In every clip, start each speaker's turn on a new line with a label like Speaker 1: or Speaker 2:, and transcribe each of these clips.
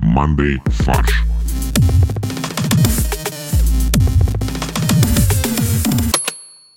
Speaker 1: командой «Фарш».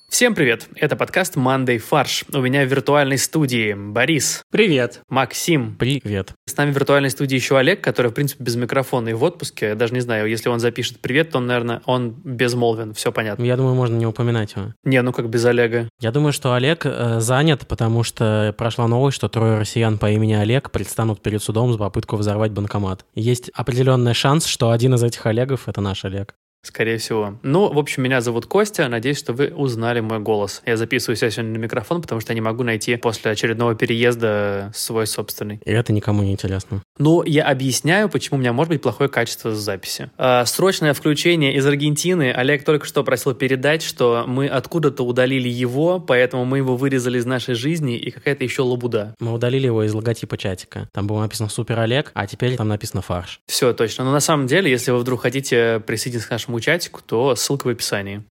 Speaker 2: Всем привет! Это подкаст «Мандай фарш». У меня в виртуальной студии Борис,
Speaker 3: Привет.
Speaker 2: Максим.
Speaker 4: Привет.
Speaker 2: С нами в виртуальной студии еще Олег, который, в принципе, без микрофона и в отпуске. Я даже не знаю, если он запишет привет, то, наверное, он безмолвен. Все понятно.
Speaker 4: Я думаю, можно не упоминать его.
Speaker 2: Не, ну как без Олега.
Speaker 4: Я думаю, что Олег э, занят, потому что прошла новость, что трое россиян по имени Олег предстанут перед судом за попытку взорвать банкомат. Есть определенный шанс, что один из этих Олегов — это наш Олег.
Speaker 2: Скорее всего. Ну, в общем, меня зовут Костя. Надеюсь, что вы узнали мой голос. Я записываю себя сегодня на микрофон, потому что я не могу найти после очередного переезда свой собственный.
Speaker 4: И это никому не интересно.
Speaker 2: Но я объясняю, почему у меня может быть плохое качество записи. Э, Срочное включение из Аргентины. Олег только что просил передать, что мы откуда-то удалили его, поэтому мы его вырезали из нашей жизни и какая-то еще лабуда.
Speaker 4: Мы удалили его из логотипа чатика. Там было написано «Супер Олег», а теперь там написано «Фарш».
Speaker 2: Все точно. Но на самом деле, если вы вдруг хотите присоединиться к нашему чатику, то ссылка в описании.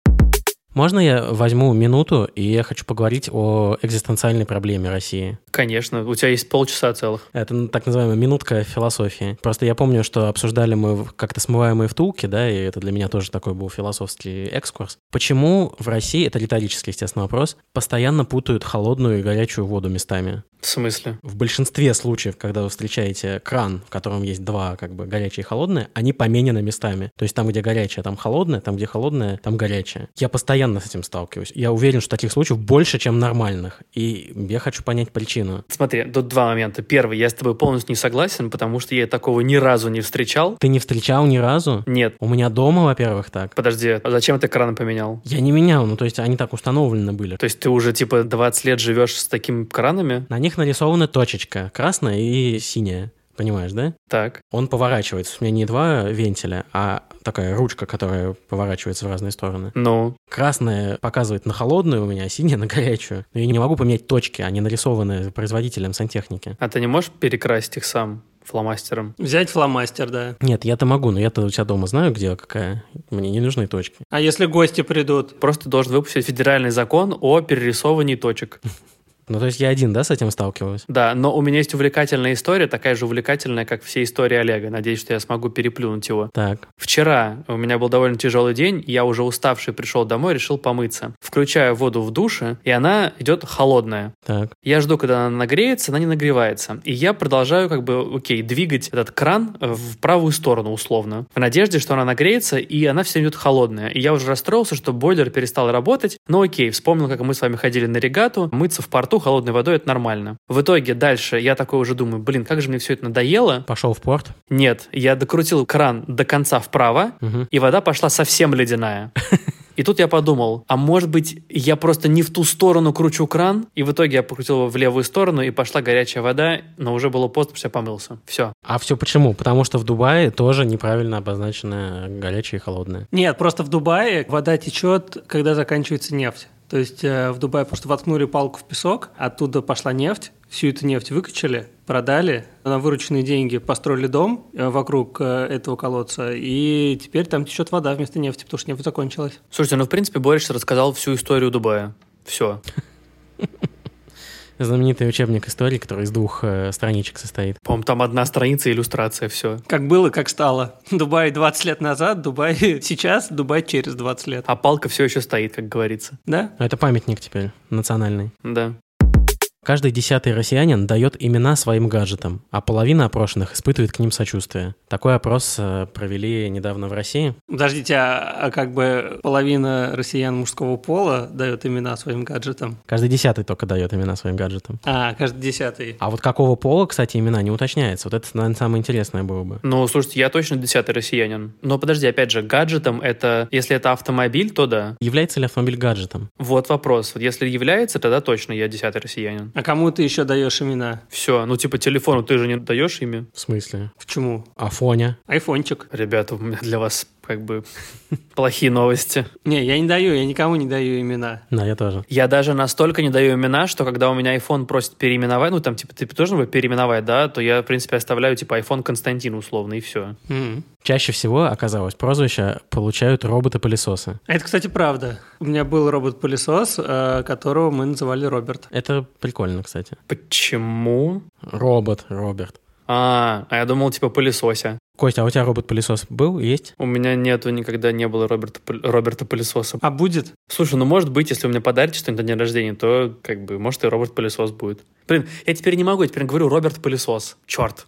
Speaker 4: Можно я возьму минуту, и я хочу поговорить о экзистенциальной проблеме России?
Speaker 2: Конечно, у тебя есть полчаса целых.
Speaker 4: Это ну, так называемая минутка философии. Просто я помню, что обсуждали мы в- как-то смываемые втулки, да, и это для меня тоже такой был философский экскурс. Почему в России, это риторический, естественно, вопрос, постоянно путают холодную и горячую воду местами?
Speaker 2: В смысле?
Speaker 4: В большинстве случаев, когда вы встречаете кран, в котором есть два, как бы, горячие и холодные, они поменены местами. То есть там, где горячее, там холодное, там, где холодное, там горячее. Я постоянно с этим сталкиваюсь. Я уверен, что таких случаев больше, чем нормальных. И я хочу понять причину.
Speaker 2: Смотри, тут два момента. Первый, я с тобой полностью не согласен, потому что я такого ни разу не встречал.
Speaker 4: Ты не встречал ни разу?
Speaker 2: Нет.
Speaker 4: У меня дома, во-первых, так.
Speaker 2: Подожди, а зачем ты краны поменял?
Speaker 4: Я не менял, ну то есть они так установлены были.
Speaker 2: То есть ты уже типа 20 лет живешь с такими кранами?
Speaker 4: На них нарисована точечка, красная и синяя. Понимаешь, да?
Speaker 2: Так.
Speaker 4: Он поворачивается. У меня не два вентиля, а такая ручка, которая поворачивается в разные стороны.
Speaker 2: Ну,
Speaker 4: Красная показывает на холодную у меня, а синяя на горячую. Но я не могу поменять точки, они нарисованы производителем сантехники.
Speaker 2: а ты не можешь перекрасить их сам фломастером?
Speaker 3: Взять фломастер, да.
Speaker 4: Нет, я-то могу, но я-то у тебя дома знаю, где какая. Мне не нужны точки.
Speaker 3: А если гости придут?
Speaker 2: Просто должен выпустить федеральный закон о перерисовании точек.
Speaker 4: Ну, то есть я один, да, с этим сталкиваюсь?
Speaker 2: Да, но у меня есть увлекательная история, такая же увлекательная, как все истории Олега. Надеюсь, что я смогу переплюнуть его.
Speaker 4: Так.
Speaker 2: Вчера у меня был довольно тяжелый день, я уже уставший пришел домой, решил помыться. Включаю воду в душе, и она идет холодная.
Speaker 4: Так.
Speaker 2: Я жду, когда она нагреется, она не нагревается. И я продолжаю, как бы, окей, двигать этот кран э, в правую сторону, условно, в надежде, что она нагреется, и она все идет холодная. И я уже расстроился, что бойлер перестал работать. Но окей, вспомнил, как мы с вами ходили на регату. Мыться в порту холодной водой – это нормально. В итоге дальше я такой уже думаю, блин, как же мне все это надоело.
Speaker 4: Пошел в порт.
Speaker 2: Нет, я докрутил кран до конца вправо,
Speaker 4: Мгм.
Speaker 2: и вода пошла совсем ледяная. И тут я подумал, а может быть, я просто не в ту сторону кручу кран, и в итоге я покрутил его в левую сторону, и пошла горячая вода, но уже было поздно, потому что я помылся. Все.
Speaker 4: А все почему? Потому что в Дубае тоже неправильно обозначено горячее и холодное.
Speaker 3: Нет, просто в Дубае вода течет, когда заканчивается нефть. То есть э, в Дубае просто воткнули палку в песок, оттуда пошла нефть, всю эту нефть выкачали, продали, на вырученные деньги построили дом э, вокруг э, этого колодца, и теперь там течет вода вместо нефти, потому что нефть закончилась.
Speaker 2: Слушайте, ну в принципе Борис рассказал всю историю Дубая. Все.
Speaker 4: Знаменитый учебник истории, который из двух э, страничек состоит.
Speaker 2: По-моему, там одна страница, иллюстрация, все.
Speaker 3: Как было, как стало. Дубай 20 лет назад, Дубай сейчас, Дубай через 20 лет.
Speaker 2: А палка все еще стоит, как говорится.
Speaker 3: Да?
Speaker 4: Но это памятник теперь национальный.
Speaker 2: Да.
Speaker 4: Каждый десятый россиянин дает имена своим гаджетам, а половина опрошенных испытывает к ним сочувствие. Такой опрос э, провели недавно в России.
Speaker 3: Подождите, а, а как бы половина россиян мужского пола дает имена своим гаджетам?
Speaker 4: Каждый десятый только дает имена своим гаджетам.
Speaker 3: А, каждый десятый.
Speaker 4: А вот какого пола, кстати, имена не уточняется. Вот это, наверное, самое интересное было бы.
Speaker 2: Ну, слушайте, я точно десятый россиянин. Но подожди, опять же, гаджетом это... Если это автомобиль, то да.
Speaker 4: Является ли автомобиль гаджетом?
Speaker 2: Вот вопрос. Вот если является, тогда точно я десятый россиянин.
Speaker 3: А кому ты еще даешь имена?
Speaker 2: Все, ну типа телефону ты же не даешь имя?
Speaker 4: В смысле? А
Speaker 3: Почему?
Speaker 4: Афоня.
Speaker 3: Айфончик.
Speaker 2: Ребята, у меня для вас как бы плохие новости.
Speaker 3: Не, я не даю, я никому не даю имена.
Speaker 4: Да, я тоже.
Speaker 2: Я даже настолько не даю имена, что когда у меня iPhone просит переименовать, ну там типа ты должен его переименовать, да, то я, в принципе, оставляю типа iPhone Константин условно и все.
Speaker 3: М.
Speaker 4: Чаще всего, оказалось, прозвища получают роботы-пылесосы.
Speaker 3: А Это, кстати, правда. У меня был робот-пылесос, э, которого мы называли Роберт.
Speaker 4: Это прикольно, кстати.
Speaker 2: Почему?
Speaker 4: Робот, Роберт.
Speaker 2: А, а я думал типа пылесося.
Speaker 4: Костя, а у тебя робот-пылесос был, есть?
Speaker 2: У меня нету, никогда не было Роберта, Пы- Роберта пылесоса.
Speaker 3: А будет?
Speaker 2: Слушай, ну может быть, если вы мне подарите что-нибудь на день рождения, то как бы, может, и робот-пылесос будет. Блин, я теперь не могу, я теперь говорю Роберт-пылесос. Черт.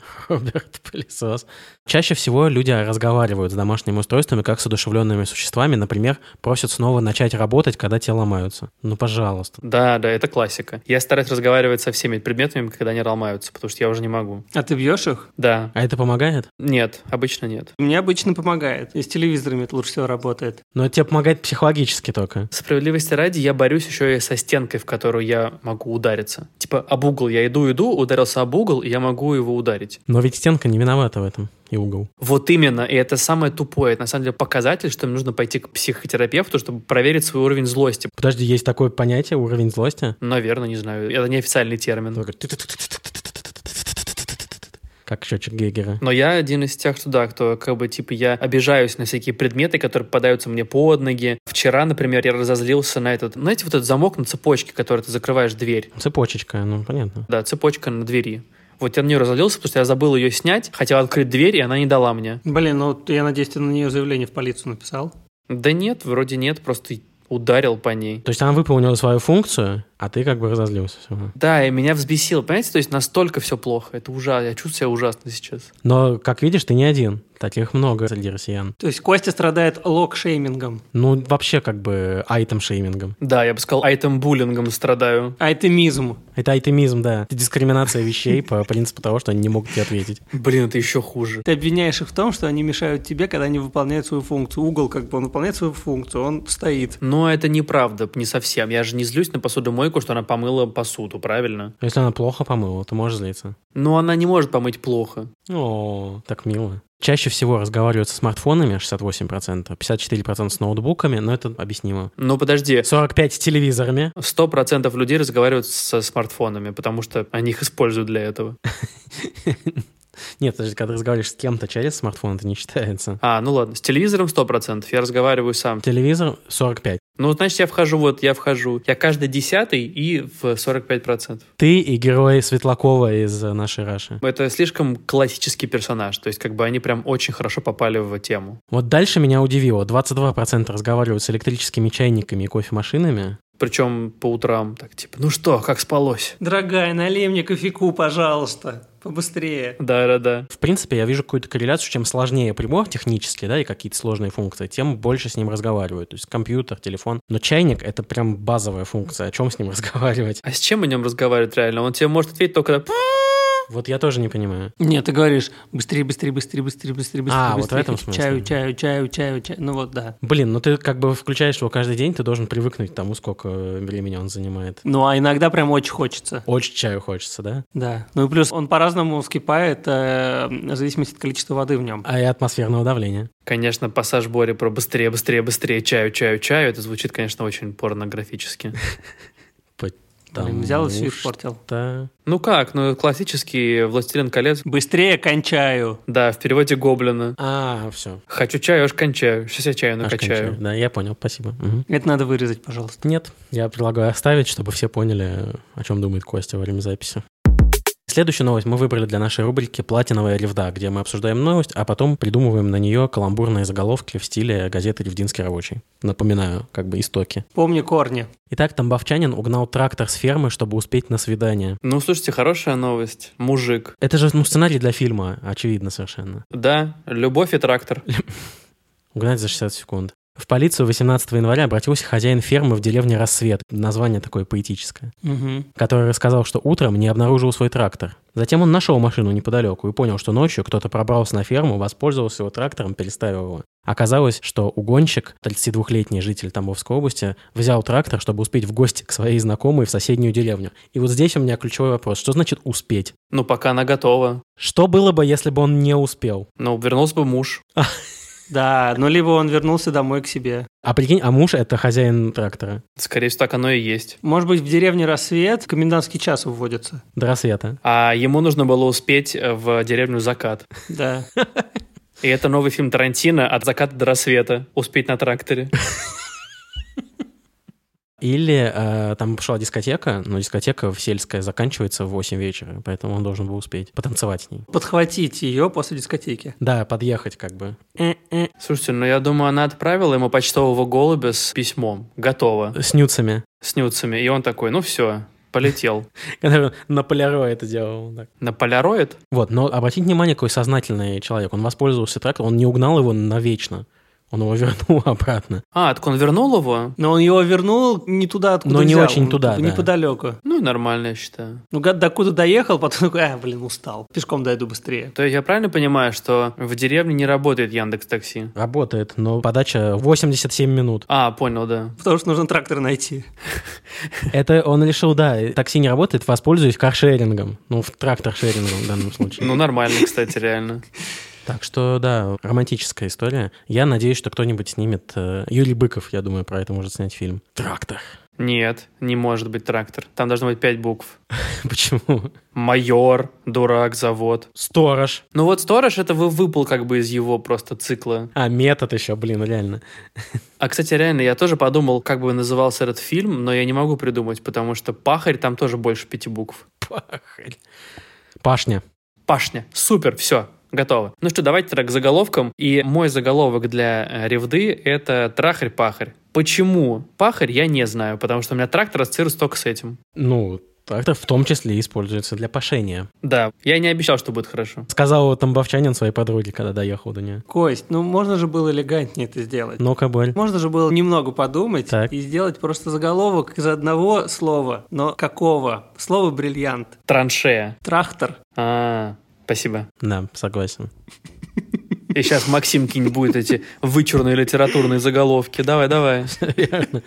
Speaker 4: Робот-пылесос. Чаще всего люди разговаривают с домашними устройствами как с одушевленными существами. Например, просят снова начать работать, когда те ломаются. Ну, пожалуйста.
Speaker 2: Да, да, это классика. Я стараюсь разговаривать со всеми предметами, когда они ломаются, потому что я уже не могу.
Speaker 3: А ты бьешь их?
Speaker 2: Да.
Speaker 4: А это помогает?
Speaker 2: Нет, обычно нет.
Speaker 3: Мне обычно помогает. И с телевизорами это лучше всего работает.
Speaker 4: Но это тебе помогает психологически только.
Speaker 2: Справедливости ради, я борюсь еще и со стенкой, в которую я могу удариться. Типа об угол. Я иду, иду, ударился об угол, и я могу его ударить.
Speaker 4: Но ведь стенка не виновата в этом. И угол.
Speaker 2: Вот именно, и это самое тупое. Это на самом деле показатель, что им нужно пойти к психотерапевту, чтобы проверить свой уровень злости.
Speaker 4: Подожди, есть такое понятие уровень злости?
Speaker 2: Наверное, не знаю. Это неофициальный термин.
Speaker 4: Только Как счетчик Гейгера.
Speaker 2: Но я один из тех, кто, да, кто как бы, типа, я обижаюсь на всякие предметы, которые попадаются мне под ноги. Вчера, например, я разозлился на этот, знаете, вот этот замок на цепочке, который ты закрываешь дверь.
Speaker 4: Цепочечка, ну понятно.
Speaker 2: Да, цепочка на двери. Вот я на нее разозлился, потому что я забыл ее снять, хотел открыть дверь, и она не дала мне.
Speaker 3: Блин, ну вот я надеюсь, ты на нее заявление в полицию написал.
Speaker 2: Да нет, вроде нет, просто ударил по ней.
Speaker 4: То есть она выполнила свою функцию, а ты как бы разозлился. всё.
Speaker 2: Да, и меня взбесило, понимаете? То есть настолько все плохо. Это ужасно. Я чувствую себя ужасно сейчас.
Speaker 4: Но, как видишь, ты не один. Таких много среди россиян.
Speaker 3: То есть Костя страдает лог-шеймингом,
Speaker 4: Ну, вообще, как бы, айтем-шеймингом.
Speaker 2: Да, я бы сказал, айтем-буллингом страдаю.
Speaker 3: айтемизм.
Speaker 4: Это айтемизм, да. Это дискриминация вещей по принципу того, что они не могут тебе ответить.
Speaker 2: Блин, это еще хуже.
Speaker 3: Ты обвиняешь их в том, что они мешают тебе, когда они выполняют свою функцию. Угол, как бы он выполняет свою функцию, он стоит.
Speaker 2: Но это неправда, не совсем. Я же не злюсь на посудомойку, что она помыла посуду, правильно?
Speaker 4: Если она плохо помыла, то можешь злиться.
Speaker 2: Но она не может помыть плохо.
Speaker 4: О, так мило. Чаще всего разговаривают со смартфонами 68%, 54% с ноутбуками, но это объяснимо.
Speaker 2: Ну, подожди,
Speaker 4: 45% с телевизорами.
Speaker 2: 100% людей разговаривают со смартфонами, потому что они их используют для этого.
Speaker 4: Нет, подожди, когда ты разговариваешь с кем-то через смартфон, это не считается.
Speaker 2: А, ну ладно, с телевизором 100%, я разговариваю сам.
Speaker 4: Телевизор 45.
Speaker 2: Ну, значит, я вхожу, вот, я вхожу. Я каждый десятый и в 45%.
Speaker 4: Ты и герой Светлакова из э, нашей Раши.
Speaker 2: Это слишком классический персонаж, то есть как бы они прям очень хорошо попали в тему.
Speaker 4: Вот дальше меня удивило. 22% разговаривают с электрическими чайниками и кофемашинами.
Speaker 2: Причем по утрам так, типа, ну что, как спалось?
Speaker 3: Дорогая, налей мне кофейку, пожалуйста, побыстрее.
Speaker 2: Да-да-да.
Speaker 4: В принципе, я вижу какую-то корреляцию, чем сложнее прибор технически, да, и какие-то сложные функции, тем больше с ним разговаривают. То есть компьютер, телефон. Но чайник — это прям базовая функция. О чем с ним разговаривать?
Speaker 2: А с чем о нем разговаривать реально? Он тебе может ответить только... «Пф».
Speaker 4: Вот я тоже не понимаю.
Speaker 3: Нет, ты говоришь быстрее, быстрее, быстрее, быстрее, быстрее, быстрее.
Speaker 4: А, вот в
Speaker 3: быстрее,
Speaker 4: этом
Speaker 3: хочу
Speaker 4: смысле.
Speaker 3: Чаю, чаю, чаю, чаю, чаю. Ну вот, да.
Speaker 4: Блин, ну ты как бы включаешь его каждый день, ты должен привыкнуть к тому, сколько э, времени он занимает.
Speaker 3: Ну, а иногда прям очень хочется.
Speaker 4: Очень чаю хочется, да?
Speaker 3: Да. Ну и плюс он по-разному скипает, э, в зависимости от количества воды в нем.
Speaker 4: А и атмосферного давления.
Speaker 2: Конечно, пассаж Бори про быстрее, быстрее, быстрее, чаю, чаю, чаю. Это звучит, конечно, очень порнографически.
Speaker 3: Блин, взял и все
Speaker 4: Потому
Speaker 3: испортил.
Speaker 4: что-
Speaker 2: Ну как, ну классический «Властелин колец».
Speaker 3: Быстрее кончаю.
Speaker 2: Да, в переводе «Гоблина».
Speaker 4: А, все.
Speaker 2: Хочу чаю, аж кончаю. Сейчас я чаю накачаю.
Speaker 4: Да, я понял, спасибо. Мгм.
Speaker 3: Это надо вырезать, пожалуйста.
Speaker 4: Нет, я предлагаю оставить, чтобы все поняли, о чем думает Костя во время записи. Следующую новость мы выбрали для нашей рубрики «Платиновая ревда», где мы обсуждаем новость, а потом придумываем на нее каламбурные заголовки в стиле газеты «Ревдинский рабочий». Напоминаю, как бы истоки.
Speaker 3: Помни корни.
Speaker 4: Итак, тамбовчанин угнал трактор с фермы, чтобы успеть на свидание.
Speaker 2: Ну, слушайте, хорошая новость. Мужик.
Speaker 4: Это же ну, сценарий для фильма, очевидно совершенно.
Speaker 2: Да, любовь и трактор.
Speaker 4: Угнать за 60 секунд. В полицию 18 января обратился хозяин фермы в деревне Рассвет. Название такое поэтическое.
Speaker 3: Угу.
Speaker 2: Ну, пока она готова.
Speaker 4: Что было бы, если бы он не успел?
Speaker 2: Ну, вернулся бы муж.
Speaker 3: Да, ну либо он вернулся домой к себе.
Speaker 4: А прикинь, а муж — это хозяин трактора.
Speaker 2: Скорее всего, так оно и есть.
Speaker 3: Может быть, в деревне рассвет комендантский час вводится.
Speaker 4: До рассвета.
Speaker 2: А ему нужно было успеть э, в деревню «Закат».
Speaker 3: Да.
Speaker 2: И это новый фильм Тарантино «От заката до рассвета». Успеть на тракторе.
Speaker 4: Или э, там пошла дискотека, но дискотека в сельская заканчивается в 8 вечера, поэтому он должен был успеть потанцевать с ней.
Speaker 3: Подхватить ее после дискотеки.
Speaker 4: Да, подъехать как бы.
Speaker 2: Слушайте, ну я думаю, она отправила ему почтового голубя с письмом. Готово.
Speaker 4: С нюцами.
Speaker 2: С нюцами. И он такой, ну все, полетел.
Speaker 4: Когда на поляро это делал. он так.
Speaker 2: На поляроид?
Speaker 4: Вот, но обратите внимание, какой сознательный человек. Он воспользовался трактором, он не угнал его навечно. Он его вернул обратно.
Speaker 2: А, так он вернул его?
Speaker 3: Но он его вернул не туда, откуда
Speaker 4: Но не
Speaker 3: взял,
Speaker 4: очень
Speaker 3: он
Speaker 4: туда, да.
Speaker 3: Неподалеку.
Speaker 2: Ну и нормально, я считаю.
Speaker 3: Ну, гад докуда доехал, потом такой, а, блин, устал. Пешком дойду быстрее.
Speaker 2: То есть я правильно понимаю, что в деревне не работает Яндекс Такси?
Speaker 4: Работает, но подача 87 минут.
Speaker 2: А, понял, да.
Speaker 3: Потому что нужно трактор найти.
Speaker 4: Это он решил, да, такси не работает, воспользуюсь каршерингом. Ну, в трактор-шерингом в данном случае.
Speaker 2: Ну, нормально, кстати, реально.
Speaker 4: Так что, да, романтическая история. Я надеюсь, что кто-нибудь снимет... э, Юрий Быков, я думаю, про это может снять фильм. Трактор.
Speaker 2: Нет, не может быть трактор. Там должно быть пять букв.
Speaker 4: Почему?
Speaker 2: Майор, дурак, завод.
Speaker 4: Сторож.
Speaker 2: Ну вот сторож это вы выпал как бы из его просто цикла.
Speaker 4: А, метод еще, блин, реально.
Speaker 2: А, кстати, реально, я тоже подумал, как бы назывался этот фильм, но я не могу придумать, потому что пахарь там тоже больше пяти букв.
Speaker 4: Пахарь. Пашня.
Speaker 2: Пашня. Супер, все, готово. Ну что, давайте так к заголовкам. И мой заголовок для э, ревды — это «Трахарь-пахарь». Почему пахарь, я не знаю, потому что у меня трактор ассоциируется только с этим.
Speaker 4: Ну, трактор в том числе используется для пашения.
Speaker 2: Да, я не обещал, что будет хорошо.
Speaker 4: Сказал тамбовчанин своей подруге, когда доехал до нее.
Speaker 3: Кость, ну можно же было элегантнее это сделать.
Speaker 4: Ну-ка, Боль.
Speaker 3: Можно же было немного подумать
Speaker 4: Так.
Speaker 3: и сделать просто заголовок из одного слова, но какого? Слово бриллиант.
Speaker 2: Траншея.
Speaker 3: Трактор.
Speaker 2: А, спасибо.
Speaker 4: Да, согласен.
Speaker 2: И сейчас Максим кинь будет эти вычурные литературные заголовки. Давай, давай.
Speaker 4: Верно.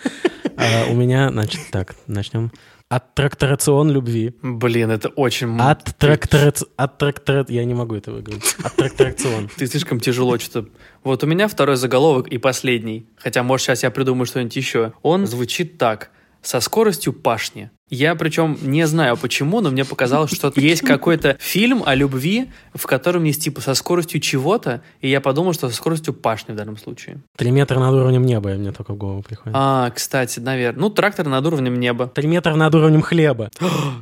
Speaker 4: А, У меня, значит, так, начнем. Аттракторацион любви.
Speaker 2: Блин, это очень... м-
Speaker 4: Аттракторац... Аттрактора... Я не могу это выговорить. Аттракторацион.
Speaker 2: Ты слишком тяжело что-то. Вот у меня второй заголовок и последний. Хотя, может, сейчас я придумаю что-нибудь еще. Он звучит так. Со скоростью пашни. Я причем не знаю почему, но мне показалось, что есть какой-то фильм о любви, в котором есть типа со скоростью чего-то, и я подумал, что со скоростью пашни в данном случае.
Speaker 4: Три метра над уровнем неба мне только в голову приходит.
Speaker 2: А, кстати, наверное. Ну, трактор над уровнем неба.
Speaker 4: Три метра над уровнем хлеба.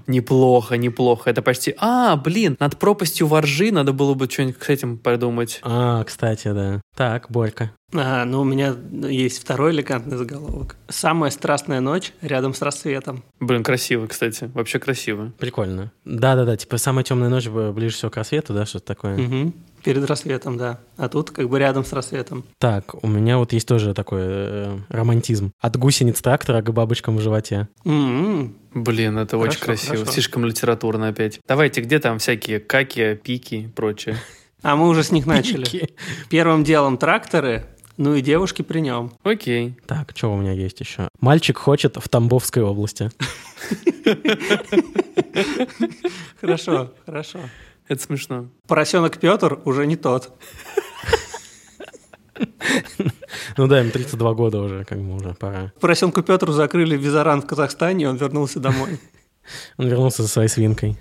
Speaker 2: Неплохо, неплохо. Это почти... А, блин, над пропастью воржи надо было бы что-нибудь с этим придумать.
Speaker 4: А, кстати, да. Так, Борька.
Speaker 3: А, ну у меня есть второй элегантный заголовок. Самая страстная ночь рядом с рассветом.
Speaker 2: Блин, красиво, кстати. Вообще красиво.
Speaker 4: Прикольно. Да-да-да, типа самая темная ночь б- ближе всего к рассвету, да, что-то такое.
Speaker 3: Мгм. Перед рассветом, да. А тут как бы рядом с рассветом.
Speaker 4: Так, у меня вот есть тоже такой э, романтизм. От гусениц трактора к бабочкам в животе.
Speaker 3: М-м.
Speaker 2: Блин, это
Speaker 3: Хорошо,
Speaker 2: очень красиво.
Speaker 3: хорошо.
Speaker 2: Слишком литературно опять. Давайте, где там всякие каки, пики и прочее?
Speaker 3: А мы уже с них начали.
Speaker 4: Пики.
Speaker 3: Первым делом тракторы, ну и девушки при нем.
Speaker 2: Окей.
Speaker 4: Так, что у меня есть еще? Мальчик хочет в Тамбовской области.
Speaker 3: Хорошо, хорошо.
Speaker 2: Это смешно.
Speaker 3: Поросенок Петр уже не тот.
Speaker 4: Ну да, им 32 года уже, как бы уже пора.
Speaker 3: Поросенку Петру закрыли визаран в Казахстане, и он вернулся домой.
Speaker 4: Он вернулся со своей свинкой.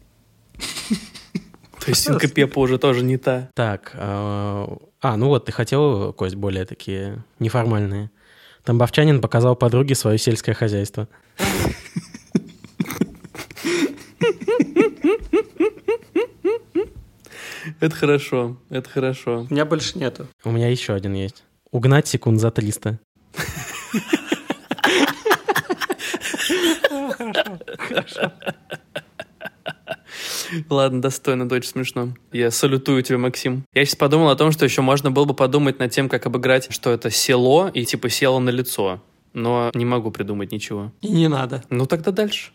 Speaker 2: То есть синка Пепа уже тоже не та.
Speaker 4: Так, а а, ну вот, ты хотел, Кость, более такие неформальные. Тамбовчанин показал подруге свое сельское хозяйство.
Speaker 2: Это хорошо, это хорошо.
Speaker 3: У меня больше нету.
Speaker 4: У меня еще один есть. Угнать секунд за 300.
Speaker 2: Ладно, достойно, это очень смешно. Я салютую тебе, Максим. Я сейчас подумал о том, что еще можно было бы подумать над тем, как обыграть, что это село и типа село на лицо. Но не могу придумать ничего.
Speaker 3: И не надо.
Speaker 2: Ну тогда дальше.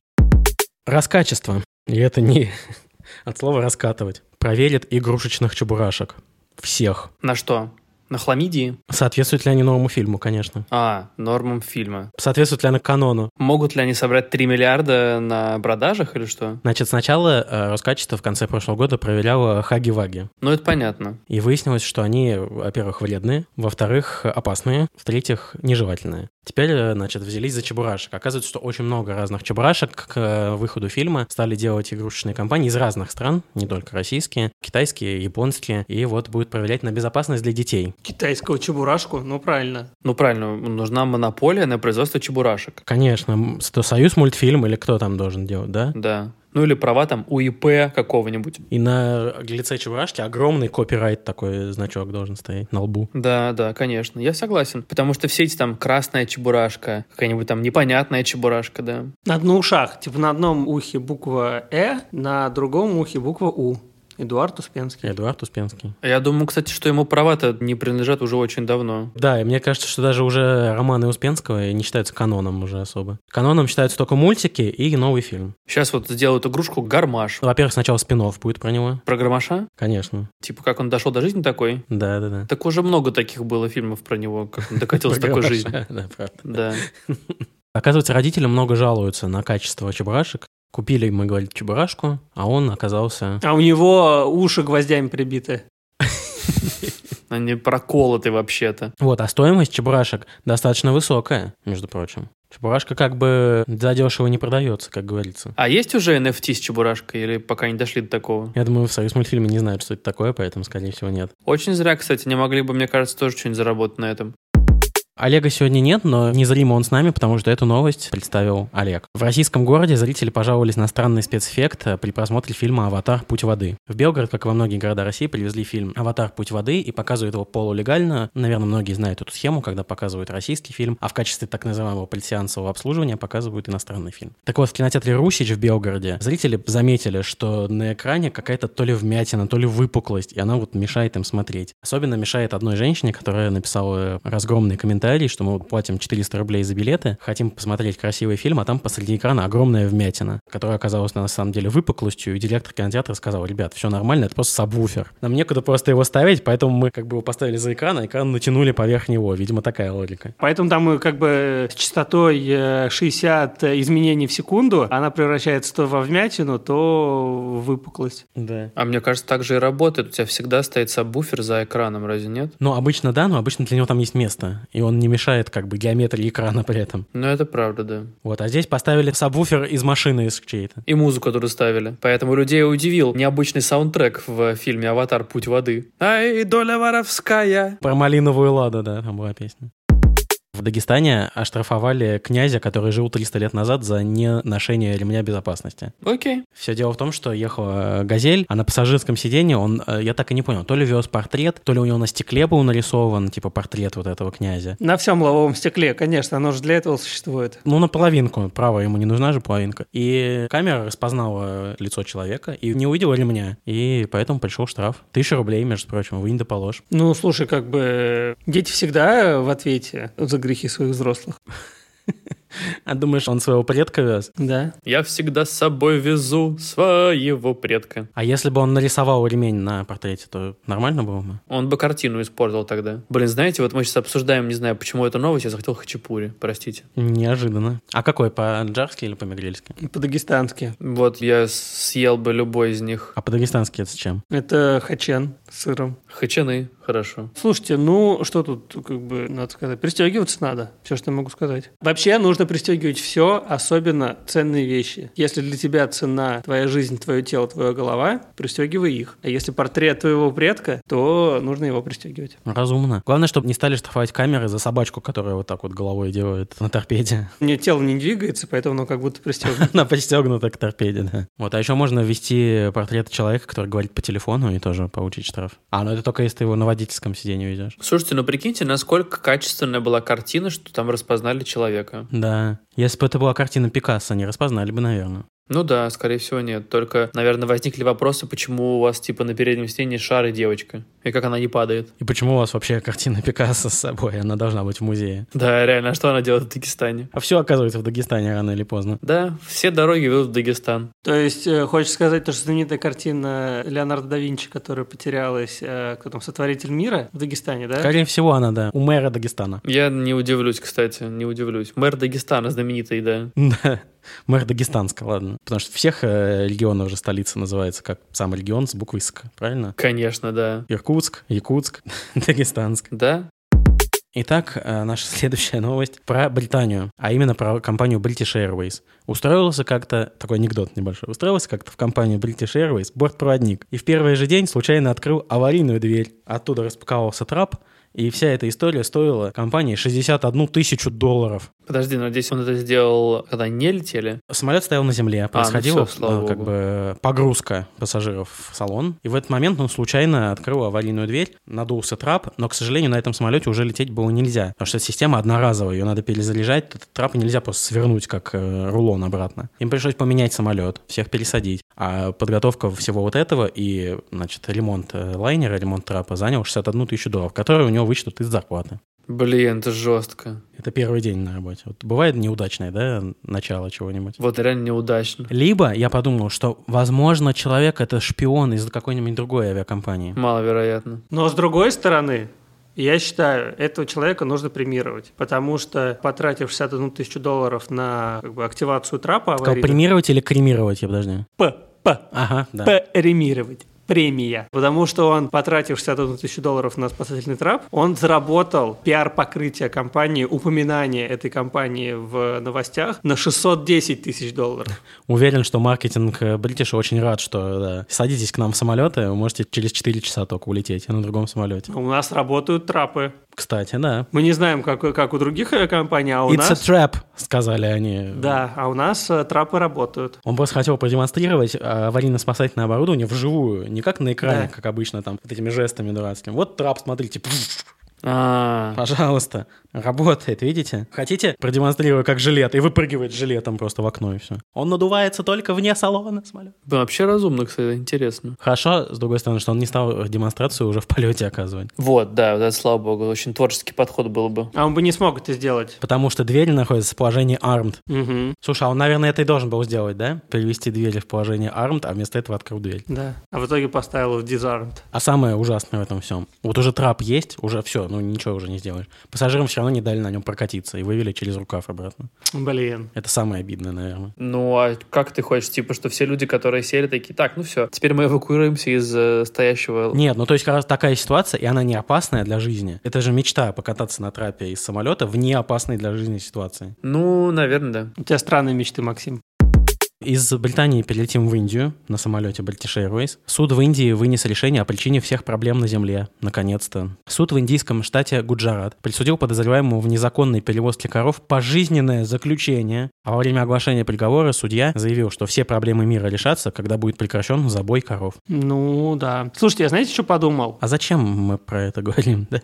Speaker 4: Раскачество. И это не от слова «раскатывать». Проверит игрушечных чебурашек. Всех.
Speaker 2: На что? На хламидии?
Speaker 4: Соответствует ли они новому фильму, конечно.
Speaker 2: А, нормам фильма.
Speaker 4: Соответствует ли она канону?
Speaker 2: Могут ли они собрать 3 миллиарда на продажах или что?
Speaker 4: Значит, сначала э, Роскачество в конце прошлого года проверяло хаги-ваги.
Speaker 2: Ну, это понятно.
Speaker 4: И выяснилось, что они, во-первых, вредные, во-вторых, опасные, в-третьих, нежелательные. Теперь, э, значит, взялись за чебурашек. Оказывается, что очень много разных чебурашек к э, выходу фильма стали делать игрушечные компании из разных стран, не только российские, китайские, японские, и вот будут проверять на безопасность для детей.
Speaker 3: Китайского чебурашку, ну правильно.
Speaker 2: Ну правильно, нужна монополия на производство чебурашек.
Speaker 4: Конечно, м, то союз мультфильм или кто там должен делать, да?
Speaker 2: Да. Ну или права там у ИП какого-нибудь.
Speaker 4: И на лице чебурашки огромный копирайт такой э, значок должен стоять на лбу.
Speaker 2: Да, да, конечно, я согласен. Потому что все эти там красная чебурашка, какая-нибудь там непонятная чебурашка, да.
Speaker 3: На дну ушах, типа на одном ухе буква «э», на другом ухе буква «у». Эдуард Успенский.
Speaker 4: Эдуард Успенский.
Speaker 2: Я думаю, кстати, что ему права-то не принадлежат уже очень давно.
Speaker 4: Да, и мне кажется, что даже уже романы Успенского не считаются каноном уже особо. Каноном считаются только мультики и новый фильм.
Speaker 2: Сейчас вот сделают игрушку «Гармаш».
Speaker 4: Во-первых, сначала спин будет про него.
Speaker 2: Про гармаша?
Speaker 4: Конечно.
Speaker 2: Типа, как он дошел до жизни такой?
Speaker 4: Да-да-да.
Speaker 2: Так уже много таких было фильмов про него, как он докатился до такой
Speaker 4: Про
Speaker 2: жизни.
Speaker 4: Гармаша, Да, правда.
Speaker 2: Да.
Speaker 4: Оказывается, родители много жалуются на качество чебурашек. Купили, мы говорили, чебурашку, а он оказался...
Speaker 3: А у него уши гвоздями прибиты.
Speaker 2: Они проколоты вообще-то.
Speaker 4: Вот, а стоимость чебурашек достаточно высокая, между прочим. Чебурашка как бы задешево не продается, как говорится.
Speaker 2: А есть уже NFT с чебурашкой или пока не дошли до такого?
Speaker 4: Я думаю, в союз мультфильме не знают, что это такое, поэтому, скорее всего, нет.
Speaker 2: Очень зря, кстати, не могли бы, мне кажется, тоже что-нибудь заработать на этом.
Speaker 4: Олега сегодня нет, но незримо он с нами, потому что эту новость представил Олег. В российском городе зрители пожаловались на странный спецэффект э, при просмотре фильма «Аватар. Путь воды». В Белгород, как и во многие города России, привезли фильм «Аватар. Путь воды» и показывают его полулегально. Наверное, многие знают эту схему, когда показывают российский фильм, а в качестве так называемого предсеансового обслуживания показывают иностранный фильм. Так вот, в кинотеатре «Русич» в Белгороде зрители заметили, что на экране какая-то то ли вмятина, то ли выпуклость, и она вот мешает им смотреть. Особенно мешает одной женщине, которая написала разгромный комментарий, что мы вот платим 400 рублей за билеты, хотим посмотреть красивый фильм, а там посреди экрана огромная вмятина, которая оказалась на самом деле выпуклостью, и директор кинотеатра сказал, ребят, все нормально, это просто сабвуфер. Нам некуда просто его ставить, поэтому мы как бы его поставили за экран, а экран натянули поверх него. Видимо, такая логика.
Speaker 3: Поэтому там э, как бы с частотой э, 60 изменений в секунду она превращается то во вмятину, то в выпуклость.
Speaker 4: Да.
Speaker 2: А мне кажется, так же и работает. У тебя всегда стоит сабвуфер за экраном, разве нет?
Speaker 4: Ну, обычно да, но обычно для него там есть место, и он не мешает как бы геометрии экрана при этом.
Speaker 2: Ну, это правда, да.
Speaker 4: Вот, а здесь поставили сабвуфер из машины из чьей-то.
Speaker 2: И музыку, которую ставили. Поэтому людей удивил необычный саундтрек в фильме «Аватар. Путь воды». Ай, доля воровская.
Speaker 4: Про малиновую ладу, да, там была песня. В Дагестане оштрафовали князя, который жил 300 лет назад за не ношение ремня безопасности.
Speaker 2: Окей.
Speaker 4: Все дело в том, что ехала э, газель, а на пассажирском сиденье он, э, я так и не понял, то ли вез портрет, то ли у него на стекле был нарисован, типа, портрет вот этого князя.
Speaker 3: На всем лобовом стекле, конечно, оно же для этого существует.
Speaker 4: Ну, на половинку, право, ему не нужна же половинка. И камера распознала лицо человека и не увидела ремня, и поэтому пришел штраф. Тысяча рублей, между прочим, вынь да положь.
Speaker 3: Ну, слушай, как бы э, дети всегда э, в ответе за грехи своих взрослых.
Speaker 4: А думаешь, он своего предка вез?
Speaker 3: Да.
Speaker 2: Я всегда с собой везу своего предка.
Speaker 4: А если бы он нарисовал ремень на портрете, то нормально было бы?
Speaker 2: Он бы картину испортил тогда. Блин, знаете, вот мы сейчас обсуждаем, не знаю, почему это новость, я захотел хачапури, простите.
Speaker 4: Неожиданно. А какой, по-аджарски или по-мигрельски?
Speaker 3: По-дагестански.
Speaker 2: Вот я съел бы любой из них.
Speaker 4: А по-дагестански это с чем?
Speaker 3: Это хачен с сыром.
Speaker 2: Хачаны, хорошо.
Speaker 3: Слушайте, ну что тут, как бы, надо сказать, пристегиваться надо, все, что я могу сказать. Вообще нужно пристегивать все, особенно ценные вещи. Если для тебя цена твоя жизнь, твое тело, твоя голова, пристегивай их. А если портрет твоего предка, то нужно его пристегивать.
Speaker 4: Разумно. Главное, чтобы не стали штрафовать камеры за собачку, которая вот так вот головой делает на торпеде.
Speaker 3: Мне тело не двигается, поэтому оно как будто пристегнуто.
Speaker 4: Она подстегнута к торпеде, да. Вот, а еще можно ввести портрет человека, который говорит по телефону, и тоже получить штраф. А, ну это только если ты его на водительском сиденье везешь.
Speaker 2: Слушайте, ну прикиньте, насколько качественная была картина, что там распознали человека.
Speaker 4: Да. Если бы это была картина Пикассо, не распознали бы, наверное.
Speaker 2: Ну да, скорее всего нет. Только, наверное, возникли вопросы, почему у вас типа на переднем сиденье шары девочка. И как она не падает.
Speaker 4: И почему у вас вообще картина Пикассо с собой? Она должна быть в музее.
Speaker 2: Да, реально, а что она делает в Дагестане?
Speaker 4: А все оказывается в Дагестане рано или поздно.
Speaker 2: Да, все дороги ведут в Дагестан.
Speaker 3: То есть, э, хочешь сказать, то, что знаменитая картина Леонардо да Винчи, которая потерялась, э, кто там, сотворитель мира в Дагестане, да?
Speaker 4: Скорее всего, она, да, у мэра Дагестана.
Speaker 2: Я не удивлюсь, кстати, не удивлюсь. Мэр Дагестана знаменитый, да.
Speaker 4: Да, мэр Дагестанска, ладно. Потому что всех э, регионов же столица называется как сам регион с буквой «ск», правильно?
Speaker 2: Конечно, да.
Speaker 4: Иркутск, Якутск, Дагестанск.
Speaker 2: Да?
Speaker 4: Итак, э, наша следующая новость про Британию, а именно про компанию British Airways. Устроился как-то, такой анекдот небольшой, устроился как-то в компанию British Airways бортпроводник. И в первый же день случайно открыл аварийную дверь. Оттуда распаковался трап, и вся эта история стоила компании 61 тысячу долларов.
Speaker 2: Подожди, но здесь он это сделал, когда не летели?
Speaker 4: Самолет стоял на земле, происходила
Speaker 2: ну всё, слава
Speaker 4: э, как
Speaker 2: богу.
Speaker 4: бы погрузка пассажиров в салон. И в этот момент он случайно открыл аварийную дверь, надулся трап, но, к сожалению, на этом самолете уже лететь было нельзя, потому что система одноразовая, ее надо перезаряжать, этот трап нельзя просто свернуть как э, рулон обратно. Им пришлось поменять самолет, всех пересадить. А подготовка всего вот этого и, значит, ремонт э, лайнера, ремонт трапа занял 61 тысячу долларов, которые у него вычтут из зарплаты.
Speaker 2: Блин, это жестко.
Speaker 4: Это первый день на работе. Вот бывает неудачное, да, начало чего-нибудь?
Speaker 2: Вот реально неудачно.
Speaker 4: Либо я подумал, что, возможно, человек это шпион из какой-нибудь другой авиакомпании.
Speaker 2: Маловероятно.
Speaker 3: Но с другой стороны, я считаю, этого человека нужно премировать, потому что, потратив 61 тысячу долларов на как бы, активацию трапа
Speaker 4: Сказал,
Speaker 3: аварийного,
Speaker 4: премировать или кремировать, я подожди.
Speaker 3: П, П,
Speaker 4: Ага, да.
Speaker 3: премировать. Премия. Потому что он, потратив 61 тысячу долларов на спасательный трап, он заработал пиар-покрытие компании, упоминание этой компании в новостях на 610 тысяч долларов.
Speaker 4: Уверен, что маркетинг э, British очень рад, что да. садитесь к нам в самолеты, вы можете через 4 часа только улететь на другом самолете.
Speaker 3: У нас работают трапы.
Speaker 4: Кстати, да.
Speaker 3: Мы не знаем, как, как у других авиакомпаний, а у
Speaker 4: It's
Speaker 3: нас...
Speaker 4: a trap, сказали они.
Speaker 3: Да, а у нас э, трапы работают.
Speaker 4: Он просто хотел продемонстрировать а, аварийно-спасательное оборудование вживую, не как на экране,
Speaker 3: Да.
Speaker 4: как обычно, там, вот этими жестами дурацкими. Вот трап, смотрите, пф,
Speaker 2: А,
Speaker 4: Пожалуйста, работает, видите? Хотите, продемонстрирую как жилет, и выпрыгивает жилетом просто в окно, и все. Он надувается только вне салона самолет.
Speaker 2: да, вообще разумно, кстати, интересно.
Speaker 4: Хорошо, с другой стороны, что он не стал демонстрацию уже в полете оказывать.
Speaker 2: Вот, да, вот это, слава богу, очень творческий подход был бы.
Speaker 3: А он бы не смог это сделать.
Speaker 4: Потому что двери находятся в положении armed.
Speaker 3: Мгм.
Speaker 4: Слушай, а он, наверное, это и должен был сделать, да? Перевести двери в положение armed, а вместо этого открыл дверь.
Speaker 3: Да. А в итоге поставил в Disarmed.
Speaker 4: А самое ужасное в этом всем. Вот уже трап есть, уже все, ну ничего уже не сделаешь. Пассажирам все равно не дали на нем прокатиться и вывели через рукав обратно.
Speaker 3: Блин.
Speaker 4: Это самое обидное, наверное.
Speaker 2: Ну, а как ты хочешь, типа, что все люди, которые сели, такие, так, ну все, теперь мы эвакуируемся из э, стоящего...
Speaker 4: Нет, ну то есть как раз такая ситуация, и она не опасная для жизни. Это же мечта покататься на трапе из самолета в не опасной для жизни ситуации.
Speaker 2: Ну, наверное, да.
Speaker 3: У тебя странные мечты, Максим.
Speaker 4: Из Британии перелетим в Индию на самолете British Airways. Суд в Индии вынес решение о причине всех проблем на земле. Наконец-то. Суд в индийском штате Гуджарат присудил подозреваемому в незаконной перевозке коров пожизненное заключение. А во время оглашения приговора судья заявил, что все проблемы мира решатся, когда будет прекращен забой коров.
Speaker 3: Ну, да. Слушайте, я знаете, что подумал?
Speaker 4: А зачем мы про это говорим, да?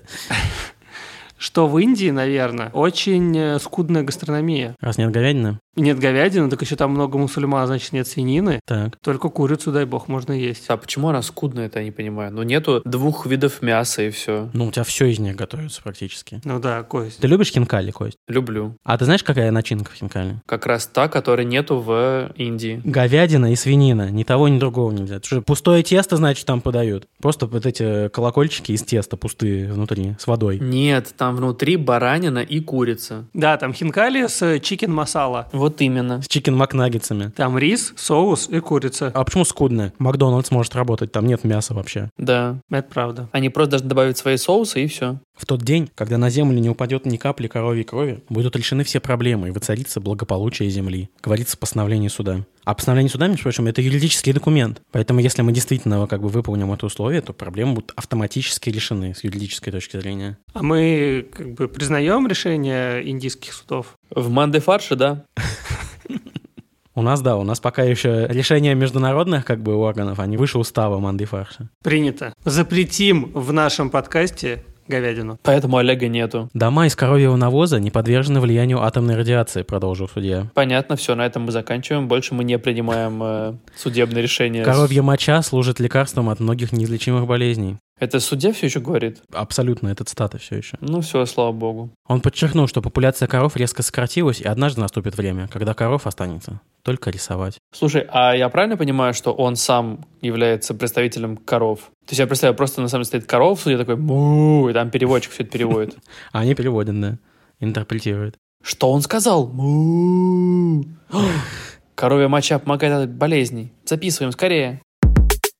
Speaker 3: Что в Индии, наверное, очень э, скудная гастрономия.
Speaker 4: Раз нет говядины?
Speaker 3: Нет говядины, так еще там много мусульман, а значит, нет свинины.
Speaker 4: Так.
Speaker 3: Только курицу, дай бог, можно есть.
Speaker 2: А почему она скудная, это я не понимаю. Ну, нету двух видов мяса и все.
Speaker 4: Ну, у тебя все из них готовится практически.
Speaker 3: Ну да, кость.
Speaker 4: Ты любишь хинкали, Кость?
Speaker 2: Люблю.
Speaker 4: А ты знаешь, какая начинка в хинкали?
Speaker 2: Как раз та, которой нету в Индии.
Speaker 4: Говядина и свинина. Ни того, ни другого нельзя. Ты что, пустое тесто, значит, там подают. Просто вот эти колокольчики из теста пустые внутри, с водой.
Speaker 2: Нет, там внутри баранина и курица.
Speaker 3: Да, там хинкали с чикен масала.
Speaker 2: Вот именно.
Speaker 4: С чикен макнаггетсами.
Speaker 3: Там рис, соус и курица.
Speaker 4: А почему скудно? Макдональдс может работать, там нет мяса вообще.
Speaker 2: Да.
Speaker 3: Это правда.
Speaker 2: Они просто должны добавить свои соусы и все.
Speaker 4: В тот день, когда на землю не упадет ни капли коровьей крови, будут решены все проблемы и воцарится благополучие земли, говорится в постановлении суда. А постановление суда, между прочим, это юридический документ. Поэтому если мы действительно как бы выполним это условие, то проблемы будут автоматически решены с юридической точки зрения.
Speaker 3: А мы как бы признаем решение индийских судов?
Speaker 2: В манде фарше, да?
Speaker 4: У нас, да, у нас пока еще решения международных как бы органов, они выше устава Манды Фарша.
Speaker 3: Принято. Запретим в нашем подкасте говядину.
Speaker 2: Поэтому Олега нету.
Speaker 4: Дома из коровьего навоза не подвержены влиянию атомной радиации, продолжил судья.
Speaker 2: Понятно, все, на этом мы заканчиваем. Больше мы не принимаем э, судебные решения.
Speaker 4: Коровья моча служит лекарством от многих неизлечимых болезней.
Speaker 2: Это судья все еще говорит?
Speaker 4: Абсолютно, этот стата все еще.
Speaker 2: Ну все, слава богу.
Speaker 4: Он подчеркнул, что популяция коров резко сократилась, и однажды наступит время, когда коров останется только рисовать.
Speaker 2: Слушай, а я правильно понимаю, что он сам является представителем коров? То есть я представляю, просто на самом деле стоит коров, судья такой му, и там переводчик все это переводит.
Speaker 4: А они переводят, да, интерпретируют.
Speaker 2: Что он сказал? Му. Коровья моча помогает от болезней. Записываем скорее.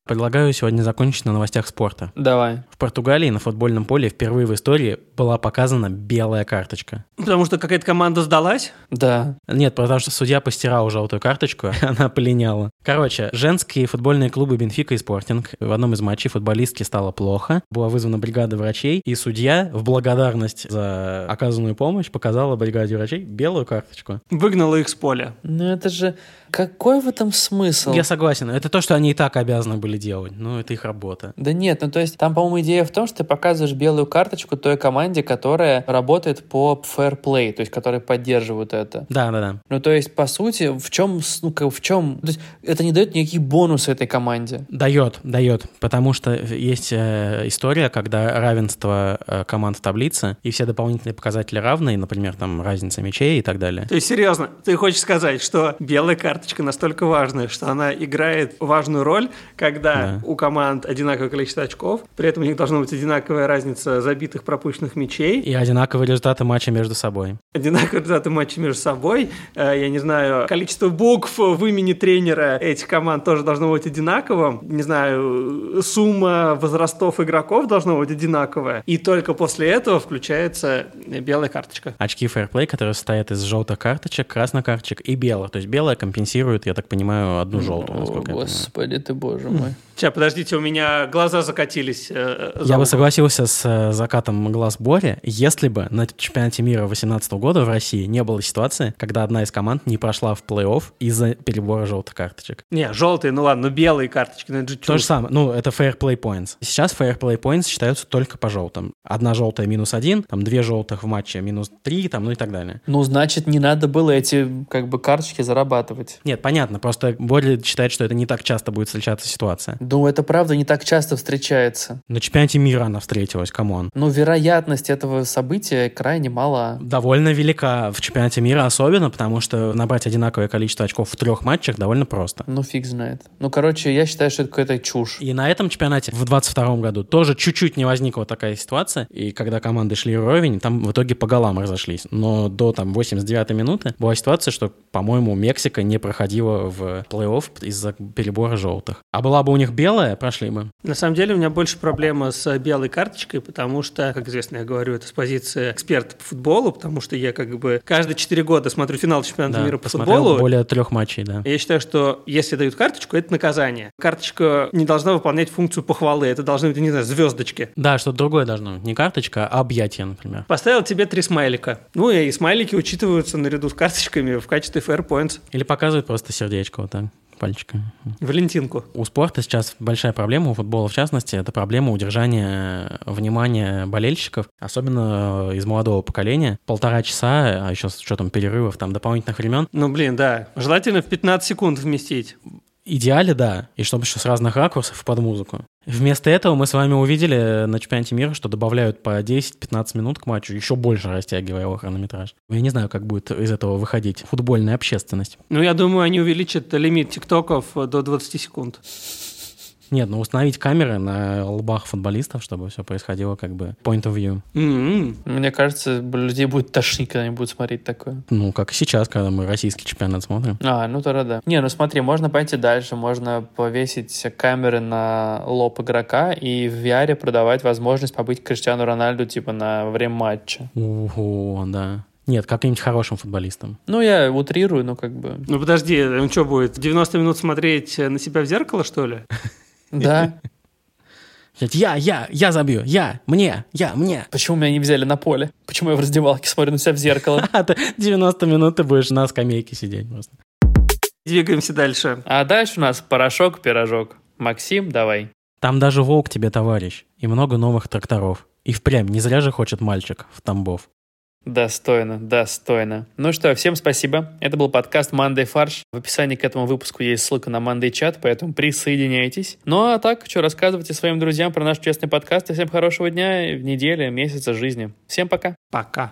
Speaker 4: Предлагаю сегодня закончить на новостях спорта.
Speaker 2: Давай.
Speaker 4: В Португалии на футбольном поле впервые в истории была показана белая карточка.
Speaker 3: Потому что какая-то команда сдалась.
Speaker 2: Да.
Speaker 4: Нет, потому что судья постирал желтую карточку, а она полиняла. Короче, женские футбольные клубы Бенфика и Спортинг. В одном из матчей футболистке стало плохо. Была вызвана бригада врачей, и судья в благодарность за оказанную помощь показала бригаде врачей белую карточку.
Speaker 3: Выгнала их с поля.
Speaker 2: Ну это же... Какой в этом смысл?
Speaker 4: Я согласен, это то, что они и так обязаны были делать. Ну, это их работа.
Speaker 2: Да нет, ну то есть там, по-моему, идея в том, что ты показываешь белую карточку той команде, которая работает по фэрплей, то есть которые поддерживают это.
Speaker 4: Да-да-да.
Speaker 2: Ну то есть, по сути, в чем, с- ну, как- в чем, то есть это не дает никакие бонусы этой команде.
Speaker 4: Дает, дает, потому что есть э, история, когда равенство э, команд в таблице, и все дополнительные показатели равны, например, там разница мячей и так далее.
Speaker 3: То есть, серьезно, ты хочешь сказать, что белая карточка настолько важная, что она играет важную роль, когда
Speaker 4: Да.
Speaker 3: у команд одинаковое количество очков, при этом у них должна быть одинаковая разница забитых пропущенных мячей,
Speaker 4: И одинаковые результаты матча между собой.
Speaker 3: одинаковые результаты матча между собой, э, я не знаю, количество букв в имени тренера этих команд тоже должно быть одинаковым, не знаю, э, сумма возрастов игроков должна быть одинаковая, и только после этого включается белая карточка.
Speaker 4: Очки Fairplay, которые состоят из желтых карточек, красных карточек и белых. То есть белая компенсирует, я так понимаю, одну желтую,
Speaker 2: О,
Speaker 4: насколько я понимаю.
Speaker 2: господи ты, боже мой.
Speaker 3: Сейчас, подождите, у меня глаза закатились. э,
Speaker 4: Я бы
Speaker 3: согласен.
Speaker 4: согласился с э, закатом глаз Бори, если бы на чемпионате мира 2018 года в России не было ситуации, когда одна из команд не прошла в плей-офф из-за перебора желтых карточек.
Speaker 3: Не, желтые, ну ладно, ну белые карточки, ну это же
Speaker 4: То
Speaker 3: чушь.
Speaker 4: же самое, ну, это fair play points. Сейчас fair play points считаются только по желтым. Одна желтая минус один, там две желтых в матче минус три, там, ну и так далее.
Speaker 2: Ну, значит, не надо было эти, как бы, карточки зарабатывать.
Speaker 4: Нет, понятно, просто Борли считает, что это не так часто будет встречаться ситуация.
Speaker 2: Ну, это правда не так часто встречается.
Speaker 4: На чемпионате мира она встретилась, камон.
Speaker 2: Но вероятность этого события крайне мала.
Speaker 4: Довольно велика в чемпионате мира особенно, потому что набрать одинаковое количество очков в трех матчах довольно просто.
Speaker 2: Ну, фиг знает. Ну, короче, я считаю, что это какая-то чушь.
Speaker 4: И на этом чемпионате в 22 году тоже чуть-чуть не возникла такая ситуация, и когда команды шли вровень, там в итоге по голам разошлись. Но до там 89 минуты была ситуация, что, по-моему, Мексика не проходила в плей-офф из-за перебора желтых. А была бы у них белая, прошли бы.
Speaker 3: На самом деле у меня больше проблема с белой карточкой, потому что, как известно, я говорю это с позиции эксперта по футболу, потому что я как бы каждые 4 года смотрю финал чемпионата
Speaker 4: Да,
Speaker 3: мира по
Speaker 4: посмотрел
Speaker 3: футболу.
Speaker 4: более трех матчей, да.
Speaker 3: Я считаю, что если дают карточку, это наказание. Карточка не должна выполнять функцию похвалы, это должны быть, не знаю, звездочки.
Speaker 4: Да, что-то другое должно быть. Не карточка, а объятие, например.
Speaker 3: Поставил тебе три смайлика. Ну и смайлики учитываются наряду с карточками в качестве fair points.
Speaker 4: Или показывают просто сердечко вот так пальчиками.
Speaker 3: Валентинку.
Speaker 4: У спорта сейчас большая проблема, у футбола в частности, это проблема удержания э, внимания болельщиков, особенно э, из молодого поколения. Полтора часа, а еще с учетом перерывов, там, дополнительных времен.
Speaker 3: Ну блин, да. Желательно в 15 секунд вместить.
Speaker 4: Идеале, да, и чтобы еще с разных ракурсов под музыку. Вместо этого мы с вами увидели э, на чемпионате мира, что добавляют по 10-15 минут к матчу, еще больше растягивая его хронометраж. Я не знаю, как будет из этого выходить футбольная общественность.
Speaker 3: Ну, я думаю, они увеличат лимит тиктоков до 20 секунд.
Speaker 4: Нет, ну установить камеры на лбах футболистов, чтобы все происходило как бы point of view.
Speaker 3: М-м.
Speaker 2: Мне кажется, б- людей будет тошнить, когда они будут смотреть такое.
Speaker 4: Ну, как и сейчас, когда мы российский чемпионат смотрим.
Speaker 2: А, ну тогда да. Не, ну смотри, можно пойти дальше, можно повесить камеры на лоб игрока и в VR продавать возможность побыть Криштиану Рональду, типа, на время матча.
Speaker 4: Ого, да. Нет, каким-нибудь хорошим футболистом.
Speaker 2: Ну, я утрирую, но как бы...
Speaker 3: Ну, подожди, он что будет? 90 минут смотреть на себя в зеркало, что ли?
Speaker 2: Да.
Speaker 4: Сказать, Я, я, я забью, я, мне, я, мне.
Speaker 2: Почему меня не взяли на поле? Почему я в раздевалке смотрю на себя в зеркало?
Speaker 4: А ты 90 минут ты будешь на скамейке сидеть просто.
Speaker 3: Двигаемся дальше.
Speaker 2: А дальше у нас порошок-пирожок. Максим, давай.
Speaker 4: Там даже волк тебе товарищ, и много новых тракторов. И впрямь, не зря же хочет мальчик в Тамбов.
Speaker 2: Достойно, достойно. Ну что, всем спасибо. Это был подкаст Мандай Фарш. В описании к этому выпуску есть ссылка на Мандай Чат, поэтому присоединяйтесь. Ну а так, что рассказывайте своим друзьям про наш честный подкаст. И всем хорошего дня, недели, месяца, жизни. Всем пока.
Speaker 3: Пока.